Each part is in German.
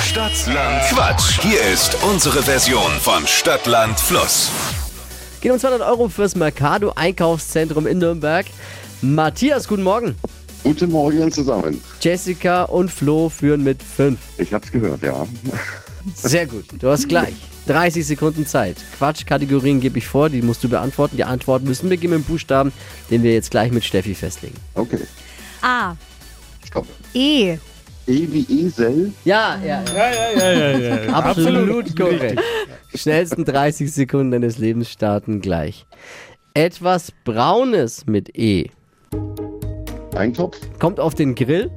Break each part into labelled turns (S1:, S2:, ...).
S1: Stadtland Quatsch. Hier ist unsere Version von Stadtland Fluss.
S2: Gehen um 200 Euro fürs Mercado Einkaufszentrum in Nürnberg. Matthias, guten Morgen.
S3: Guten Morgen zusammen.
S2: Jessica und Flo führen mit 5.
S3: Ich hab's gehört, ja.
S2: Mhm. Sehr gut. Du hast gleich 30 Sekunden Zeit. Quatschkategorien gebe ich vor, die musst du beantworten. Die Antworten müssen beginnen mit dem Buchstaben, den wir jetzt gleich mit Steffi festlegen.
S3: Okay,
S4: A.
S3: stopp.
S4: E.
S3: E wie Esel.
S2: Ja, ja, ja. Absolut korrekt. Schnellsten 30 Sekunden deines Lebens starten gleich. Etwas Braunes mit E.
S3: Eintopf.
S2: Kommt auf den Grill,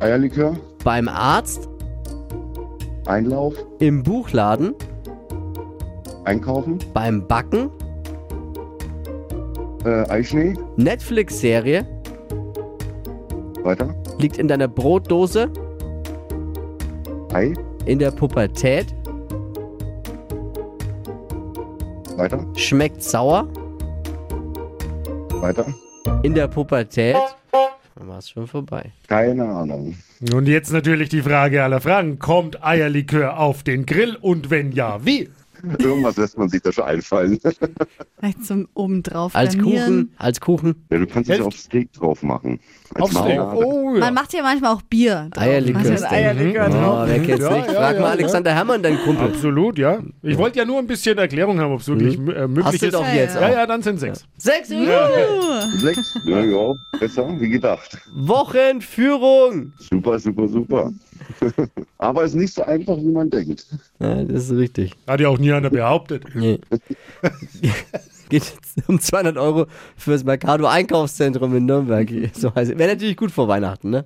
S3: Eierlikör.
S2: beim Arzt,
S3: Einlauf.
S2: im Buchladen,
S3: Einkaufen.
S2: beim Backen,
S3: Äh, Eischnee.
S2: Netflix-Serie,
S3: Weiter.
S2: liegt in deiner Brotdose,
S3: Ei.
S2: in der Pubertät,
S3: Weiter.
S2: schmeckt sauer,
S3: Weiter.
S2: in der Pubertät. Dann war es schon vorbei.
S3: Keine Ahnung.
S5: Und jetzt natürlich die Frage aller Fragen. Kommt Eierlikör auf den Grill und wenn ja, wie?
S3: Irgendwas lässt man sich da schon einfallen.
S4: Vielleicht zum obendrauf.
S2: Als
S4: garnieren.
S2: Kuchen, als Kuchen,
S3: Ja, du kannst es ja
S5: Helft.
S3: auf Steak drauf machen. Als
S5: Aufs Steak.
S3: Marmelade.
S5: Oh, ja.
S4: Man macht ja manchmal auch Bier. drauf.
S2: Eierlikör.
S4: Also ein
S5: Eierlikör
S2: Oh, wer kennt's
S5: Ja,
S2: nicht?
S5: ja,
S2: Frag
S5: ja,
S2: mal
S5: ja.
S2: Alexander Herrmann, deinen Kumpel.
S5: Absolut, ja. Ich wollte ja nur ein bisschen Erklärung haben, ob es wirklich m- äh, möglich
S2: Hast du
S5: ist.
S2: doch jetzt
S5: ja,
S2: auch.
S5: ja, dann sind sechs.
S2: Sechs
S3: Sechs. Ja, ja, besser wie gedacht.
S2: Wochen Führung.
S3: Super, super, super. Aber es ist nicht so einfach, wie man denkt.
S2: Ja, das ist richtig.
S5: Hat ja auch nie einer behauptet.
S2: Nee. Geht jetzt um 200 Euro fürs Mercado Einkaufszentrum in Nürnberg. So heißt es. Wäre natürlich gut vor Weihnachten, ne?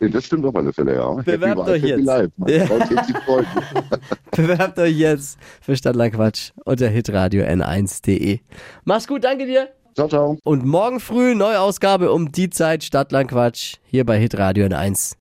S3: Ja, das stimmt auf alle Fälle, ja.
S2: Bewerbt
S3: Happy
S2: euch
S3: Wife, Happy
S2: jetzt.
S3: Life. Man
S2: Ja.
S3: braucht jetzt die Freude.
S2: Bewerbt euch jetzt für Stadtlandquatsch unter hitradio n1.de. Mach's gut, danke dir.
S3: Ciao, ciao.
S2: Und morgen früh Neuausgabe um die Zeit Stadtlandquatsch hier bei hitradio n1.